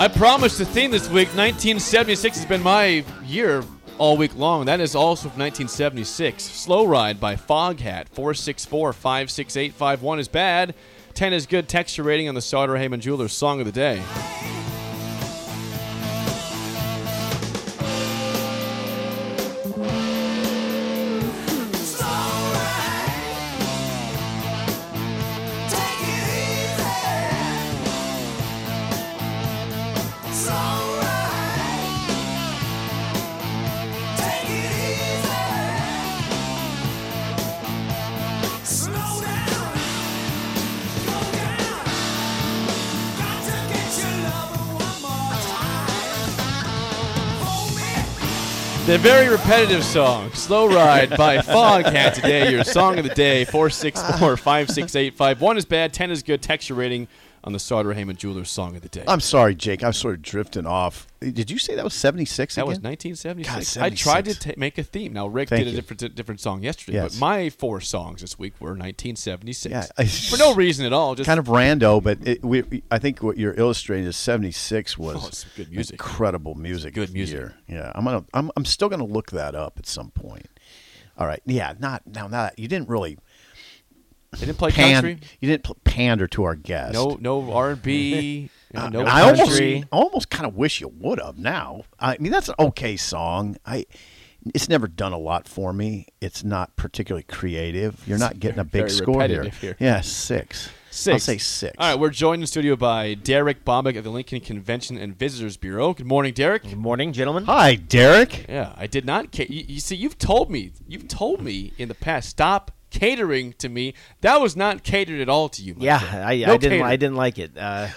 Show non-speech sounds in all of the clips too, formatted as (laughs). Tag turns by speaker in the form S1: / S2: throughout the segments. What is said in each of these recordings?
S1: I promised the theme this week. 1976 has been my year all week long. That is also from 1976. Slow Ride by Foghat. 464 568 51 is bad. 10 is good texture rating on the Sauter Heyman Jewelers Song of the Day. The very repetitive song, Slow Ride
S2: (laughs)
S1: by Foghat today, your song of the day, 464 568 51 is bad, 10 is good, texture rating on the Sauter Heyman Jewelers Song of the Day.
S2: I'm sorry, Jake. I'm sort of drifting off. Did you say that was 76
S1: That
S2: again?
S1: was 1976.
S2: God,
S1: I tried to
S2: 76.
S1: ta make a theme. Now Rick
S2: Thank
S1: did a
S2: you.
S1: different different song yesterday,
S2: Yes.
S1: but my four songs this week were 1976
S2: Yeah, I-
S1: (laughs) for no reason at all. Just
S2: kind of rando, but it, we, I think what you're illustrating is 76 was
S1: Oh, it's good music.
S2: incredible music.
S1: Good music.
S2: year. Yeah, I'm gonna, I'm, I'm still gonna look that up at some point. All right. Yeah. Not now. Not you didn't really
S1: they didn't play
S2: pan,
S1: country.
S2: You didn't pl- pander to our guest.
S1: No, no R
S2: (laughs)
S1: and B. No
S2: I almost,
S1: country.
S2: I almost kind of wish you would have. Now, I mean, that's an okay song. I, it's never done a lot for me. It's not particularly creative. You're not
S1: (laughs)
S2: getting a big
S1: very
S2: score here.
S1: repetitive here.
S2: Yeah, six.
S1: Six.
S2: I'll say six.
S1: All right, we're joined in studio by Derek Bombeck of the Lincoln Convention and Visitors Bureau. Good morning, Derek.
S3: Good morning, gentlemen.
S2: Hi, Derek.
S1: Yeah, I did not. Ca- you, you see, you've told me, you've told me in the past, stop catering to me. That was not catered at all to you. my
S3: Yeah,
S1: friend.
S3: I,
S1: No
S3: I didn't.
S1: catering.
S3: I didn't like it. Uh,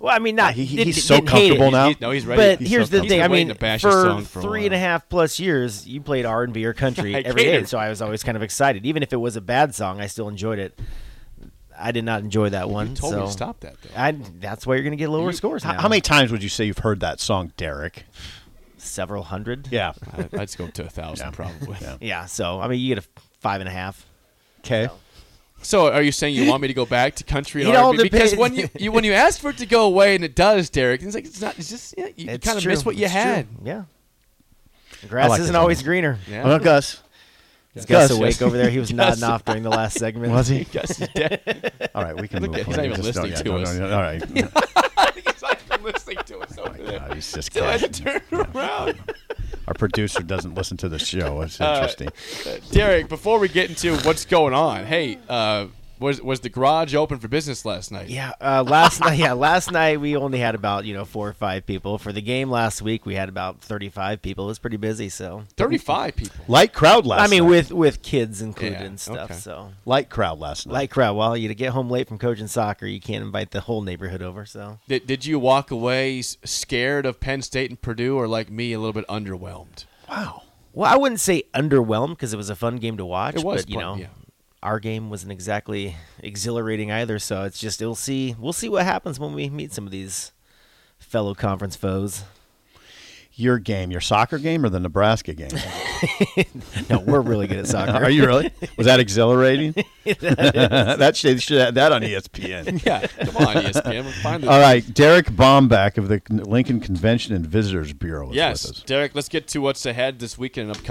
S3: well, I mean, not
S2: he- he-
S3: didn't-
S2: he's so
S3: didn't hate it,
S2: comfortable now.
S1: He's- no, he's ready.
S3: But
S1: He's
S3: here's
S1: so comfortable.
S3: the thing. I
S1: He's been
S3: mean,
S1: waiting to bash his
S3: for
S1: song for a
S3: three and a
S1: while.
S3: half plus years, you played R and B or
S1: (laughs)
S3: country
S1: I
S3: every day,
S1: catered.
S3: so I was always kind of excited. Even if it was a bad song, I still enjoyed it. I did not enjoy that one.
S1: You told
S3: so
S1: me to stop that.
S3: (laughs)
S1: Though.
S3: I, that's why you're going to get lower scores.
S2: How,
S3: now.
S2: how many times would you say you've heard that song, Derek?
S1: (laughs)
S3: Several hundred.
S2: Yeah.
S1: I- I'd just go up to a thousand probably.
S3: Yeah. So I mean, you get a five and a half.
S2: Okay.
S1: So, are you saying you want me to go back to country and
S3: It all
S1: R&B? Because
S3: depends.
S1: when you, you when you asked for it to go away and it does, Derek, it's like it's not. It's just yeah, you,
S3: It's
S1: kind of
S3: true.
S1: miss what you
S3: It's true.
S1: had.
S3: Yeah. The grass
S2: like
S3: isn't
S2: that
S3: always
S2: song.
S3: greener.
S1: Yeah.
S2: Well, Gus.
S3: Gus
S2: Gus.
S3: awake over there.
S1: (laughs)
S3: He was nodding off during the last segment.
S2: Was he?
S1: Yes, you (laughs) did.
S2: All right, we can
S1: (laughs) Look
S2: move on.
S1: at- he's not even
S2: Just don't-
S1: listening
S2: yeah,
S1: to
S2: don't-
S1: us.
S2: don't- all right.
S1: (laughs) He's not even listening to us over there.
S2: God, Uh, he's just
S1: Still had to
S2: cashing.
S1: turn around. Uh,
S2: Our producer doesn't listen to the show. It's interesting.
S1: Derek, before we get into what's going on, hey, uh, was was the garage open for business last night?
S3: Yeah, uh, last night. Yeah, last night we only had about you know four or five people for the game. Last week we had about thirty-five people. It was pretty busy. So
S1: Thirty-five people.
S2: light crowd last.
S3: I mean,
S2: night.
S3: with with kids included
S1: Yeah,
S3: and stuff.
S1: okay.
S3: So
S2: light crowd last night.
S3: light crowd. While you to get home late from coaching soccer, you can't invite the whole neighborhood over. So
S1: Did, did you walk away s- scared of Penn State and Purdue, or like me, a little bit underwhelmed?
S2: wow.
S3: well, I wouldn't say underwhelmed because it was a fun game to watch.
S1: It was
S3: but, you
S1: fun,
S3: know.
S1: yeah.
S3: Our game wasn't exactly exhilarating either, so it's just we'll see we'll see what happens when we meet some of these fellow conference foes.
S2: Your game, your soccer game, or the Nebraska
S3: (laughs)
S2: game?
S3: No, we're
S2: (laughs)
S3: really good at soccer.
S2: Are you really? Was that
S3: (laughs)
S2: exhilarating? that should, should have that on E ESPN.
S1: Yeah, come on, E ESPN. we'll
S2: (laughs)
S1: Find the-
S2: All right, Derek Bomback of the Lincoln Convention and Visitors Bureau is with
S1: Yes,
S2: us.
S1: Derek. Let's get to what's ahead this weekend. and upcoming.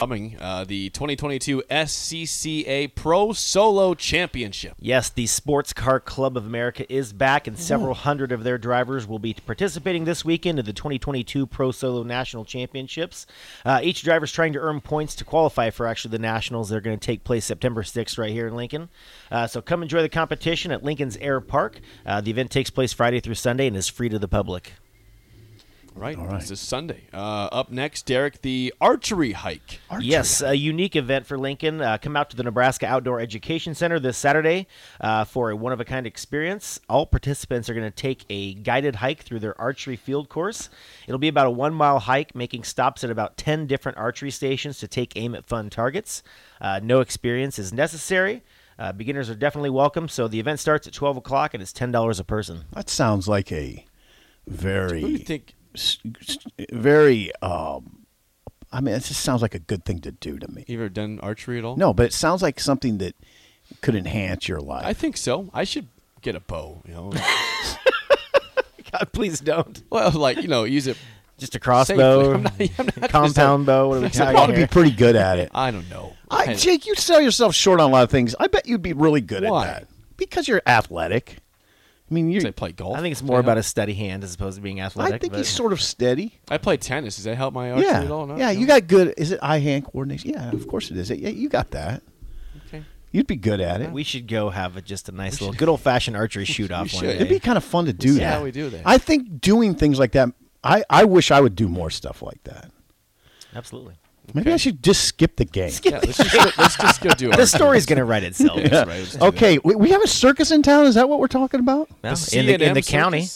S1: uh, the 2022 SCCA Pro Solo Championship.
S3: Yes, the Sports Car Club of America is back, and several hundred of their drivers will be participating this weekend in the 2022 Pro Solo National Championships. Uh, each driver is trying to earn points to qualify for actually the Nationals. They're going to take place September 6th right here in Lincoln. Uh, so come enjoy the competition at Lincoln's Air Park. Uh, the event takes place Friday through Sunday and is free to the public.
S1: Right,
S2: All right.
S1: this is Sunday. Uh, up next, Derek, the archery hike.
S3: Yes, a unique event for Lincoln. Uh, come out to the Nebraska Outdoor Education Center this Saturday uh, for a one of a kind experience. All participants are going to take a guided hike through their archery field course. It'll be about a one mile hike, making stops at about 10 different archery stations to take aim at fun targets. Uh, no experience is necessary. Uh, beginners are definitely welcome. So the event starts at 12 o'clock and it's $10 a person. (laughs)
S2: That sounds like a very,
S1: Who do you think?
S2: s- s- very. Um, I mean, it just sounds like a good thing to do to me.
S1: You ever done archery at all?
S2: No, but it sounds like something that could enhance your life.
S1: I think so. I should get a bow. You know, (laughs)
S3: God, please don't.
S1: well, like you know, use it.
S3: Just a
S1: Safely.
S3: crossbow,
S1: I'm not- I'm
S3: (laughs)
S1: not just a-
S3: compound
S1: (laughs)
S3: bow. What are we
S2: you
S3: talking
S2: ought to
S3: here?
S2: be pretty good at it.
S1: I don't know.
S2: I, Jake, you sell yourself short on a lot of things. I bet you'd be really good
S1: Why?
S2: at that because you're athletic. I mean, you.
S1: I play golf.
S3: I think it's more about a steady hand as opposed to being athletic.
S2: I think
S3: but-
S2: he's sort of steady.
S1: I play tennis. Does that help my archery
S2: Yeah,
S1: at all? No,
S2: yeah.
S1: no.
S2: You got good. Is it eye hand coordination? Yeah, of course it is. Yeah, you got that.
S1: Okay.
S2: You'd be good at it.
S3: we should go have a, just a nice little good old fashioned archery shoot off one
S1: should.
S2: It'd
S3: day.
S2: be kind of fun to do
S1: see
S2: that.
S1: how we do that.
S2: I think doing things like that. I, I wish I would do more stuff like that.
S3: Absolutely.
S2: Maybe I should just skip the game.
S1: Yeah, let's just go, let's just go do
S3: (laughs) The
S1: archery.
S3: story's going to write itself. (laughs)
S1: That's right, let's do that.
S2: Okay, we, we have a circus in town. Is that what we're talking about?
S3: No, in the, in the county.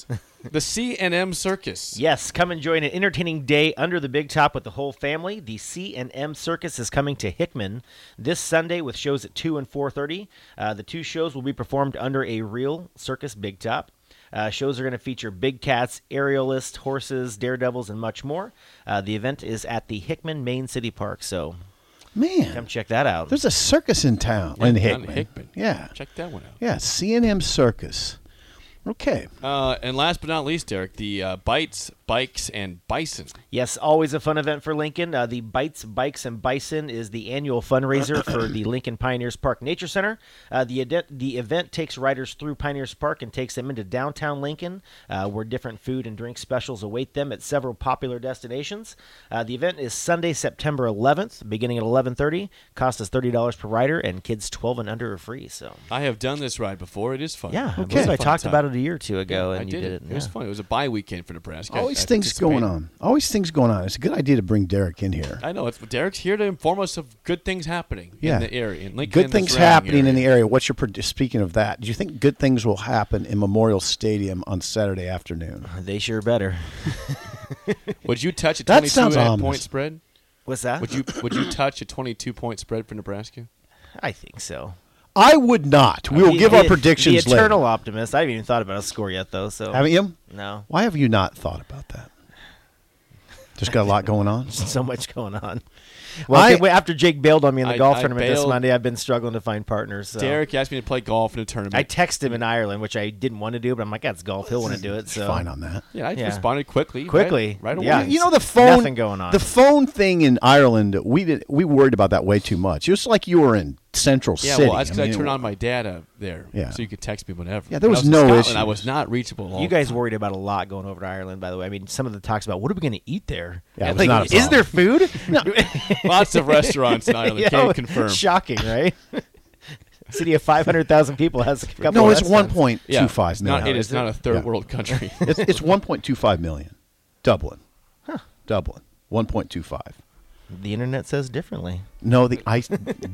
S1: the C and M Circus.
S3: Yes, come and join an entertaining day under the big top with the whole family. The C and M Circus is coming to Hickman this Sunday with shows at two and four thirty. Uh, the two shows will be performed under a real circus big top. Uh, shows are going to feature big cats, aerialists, horses, daredevils, and much more. Uh, the event is at the Hickman Main City Park, so come
S2: Man,
S3: check that out.
S2: there's a circus in town in
S1: Down in
S2: Hickman.
S1: Hickman.
S2: Yeah,
S1: Check that one out.
S2: yeah. C and M Circus. Okay.
S1: Uh, and last but not least, Derek, the uh, bites, bikes, and bison.
S3: Yes, always a fun event for Lincoln. Uh, the Bites, Bikes, and Bison is the
S1: (clears throat)
S3: annual fundraiser for the Lincoln Pioneers Park Nature Center. Uh, the, ade- the event takes riders through Pioneers Park and takes them into downtown Lincoln, uh, where different food and drink specials await them at several popular destinations. Uh, the event is Sunday, September 11th, beginning at 11:30. Cost is thirty dollars per rider, and kids 12 and under are free. So,
S1: I have done this ride before. It is fun.
S3: yeah, I
S1: It was
S3: believe
S1: a
S3: I
S1: fun
S3: talked
S1: time.
S3: about it a year or two ago,
S1: I
S3: and you
S1: did it. It was
S3: yeah.
S1: fun. It was a bye weekend for Nebraska. I-
S2: Always
S1: I
S2: things going
S1: participated.
S2: on. Always things going on. It's a good idea to bring Derek in here.
S1: I know. It's, Derek's here to inform us of good things happening
S2: Yeah.
S1: in the area. In Lincoln
S2: Good
S1: and the
S2: things
S1: surrounding
S2: happening
S1: area.
S2: in the area. What's your pro- speaking of that? Do you think good things will happen in Memorial Stadium on Saturday afternoon?
S3: They sure better.
S1: Would you touch a
S2: That
S1: 22
S2: sounds
S1: and a
S2: ominous.
S1: point spread?
S3: What's that?
S1: Would you would you touch a 22 point spread for Nebraska?
S3: I think so.
S2: I would not. We will
S3: The-
S2: give our
S3: the-
S2: predictions
S3: The eternal
S2: later.
S3: optimist. I haven't even thought about a score yet, though. So
S2: Haven't you?
S3: no, (laughs)
S2: Why have you not thought about that? Just got a lot going on.
S3: so much going on. Well,
S2: I-
S3: okay, after Jake bailed on me in the
S1: I-
S3: golf
S1: I
S3: tournament this
S1: bailed.
S3: Monday, I've been struggling to find partners. So.
S1: Derek asked me to play golf in a tournament.
S3: I texted him in Ireland, which I didn't want to do, but I'm like, that's golf. He'll want to do it. So
S2: Fine on that.
S1: yeah, I
S3: yeah.
S1: responded quickly. right-
S3: Quickly,
S1: Right, away.
S3: yeah.
S2: You know the phone
S3: Nothing going on.
S2: The phone thing in Ireland, we did we worried about that way too much. It was like you were in Central
S1: Yeah,
S2: City.
S1: well, that's because I,
S2: mean,
S1: turned on my data there,
S2: Yeah.
S1: so you could text me whenever.
S2: Yeah, there
S1: When I
S2: was
S1: in
S2: no
S1: Scotland,
S2: issues.
S1: I was not reachable. all
S3: You
S1: the (laughs)
S3: guys
S1: time.
S3: worried about a lot going over to Ireland, by the way. I mean, some of the talks about what are we going to eat there?
S2: Yeah, it
S3: And,
S2: was
S3: like,
S2: not a
S3: is there food?
S2: (laughs)
S3: no,
S1: lots of restaurants
S3: (laughs)
S1: in Ireland.
S3: You know,
S1: Can't confirm.
S3: Shocking, right? (laughs) City of 500,000 people has a couple.
S2: No,
S3: of
S2: it's one
S3: restaurants.
S2: point
S1: Yeah,
S2: two five
S1: not-
S2: now.
S1: It is not a third
S2: Yeah.
S1: world country.
S2: (laughs) It's, it's one point two five million. Dublin. Dublin. One point two five.
S3: The internet says differently.
S2: No, the I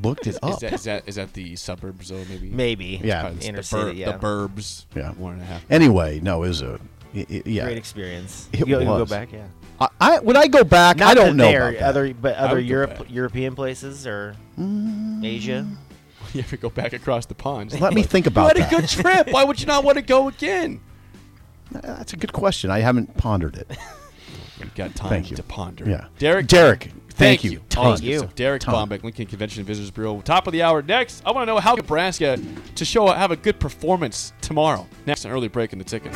S2: looked it
S1: (laughs) Is
S2: up.
S1: that, is that is that the suburbs though? Maybe
S3: Maybe.
S2: Yeah.
S1: Probably
S3: Inner
S1: the,
S3: city,
S1: bur-
S3: yeah.
S1: the burbs.
S2: Yeah.
S1: one and a half.
S2: Anyway, no, it was a i- i- yeah.
S3: Great experience.
S2: It
S3: you, you go
S2: was.
S3: back, yeah.
S2: I, I when I go back, I
S3: that
S2: don't know
S3: there,
S2: about that.
S3: other but
S1: would
S3: other
S1: go
S3: Europe
S1: back.
S3: European places or
S2: Mm.
S3: Asia.
S1: (laughs) You have to go back across the pond.
S2: Let me think about
S1: What a
S2: that.
S1: good trip! Why would you not want to go again?
S2: (laughs) That's a good question. I haven't pondered it.
S1: You've got time
S2: Thank you.
S1: to ponder.
S2: Yeah.
S1: Derek.
S2: Derek,
S1: Thank,
S2: thank you.
S1: you. All
S2: Tons.
S1: this good
S2: You.
S1: stuff. Derek
S2: Tons.
S1: Bombeck, Lincoln Convention and Visitors Bureau. Top of the hour. Next, I want to know how Nebraska to show have a good performance tomorrow. Next, an early break in the ticket.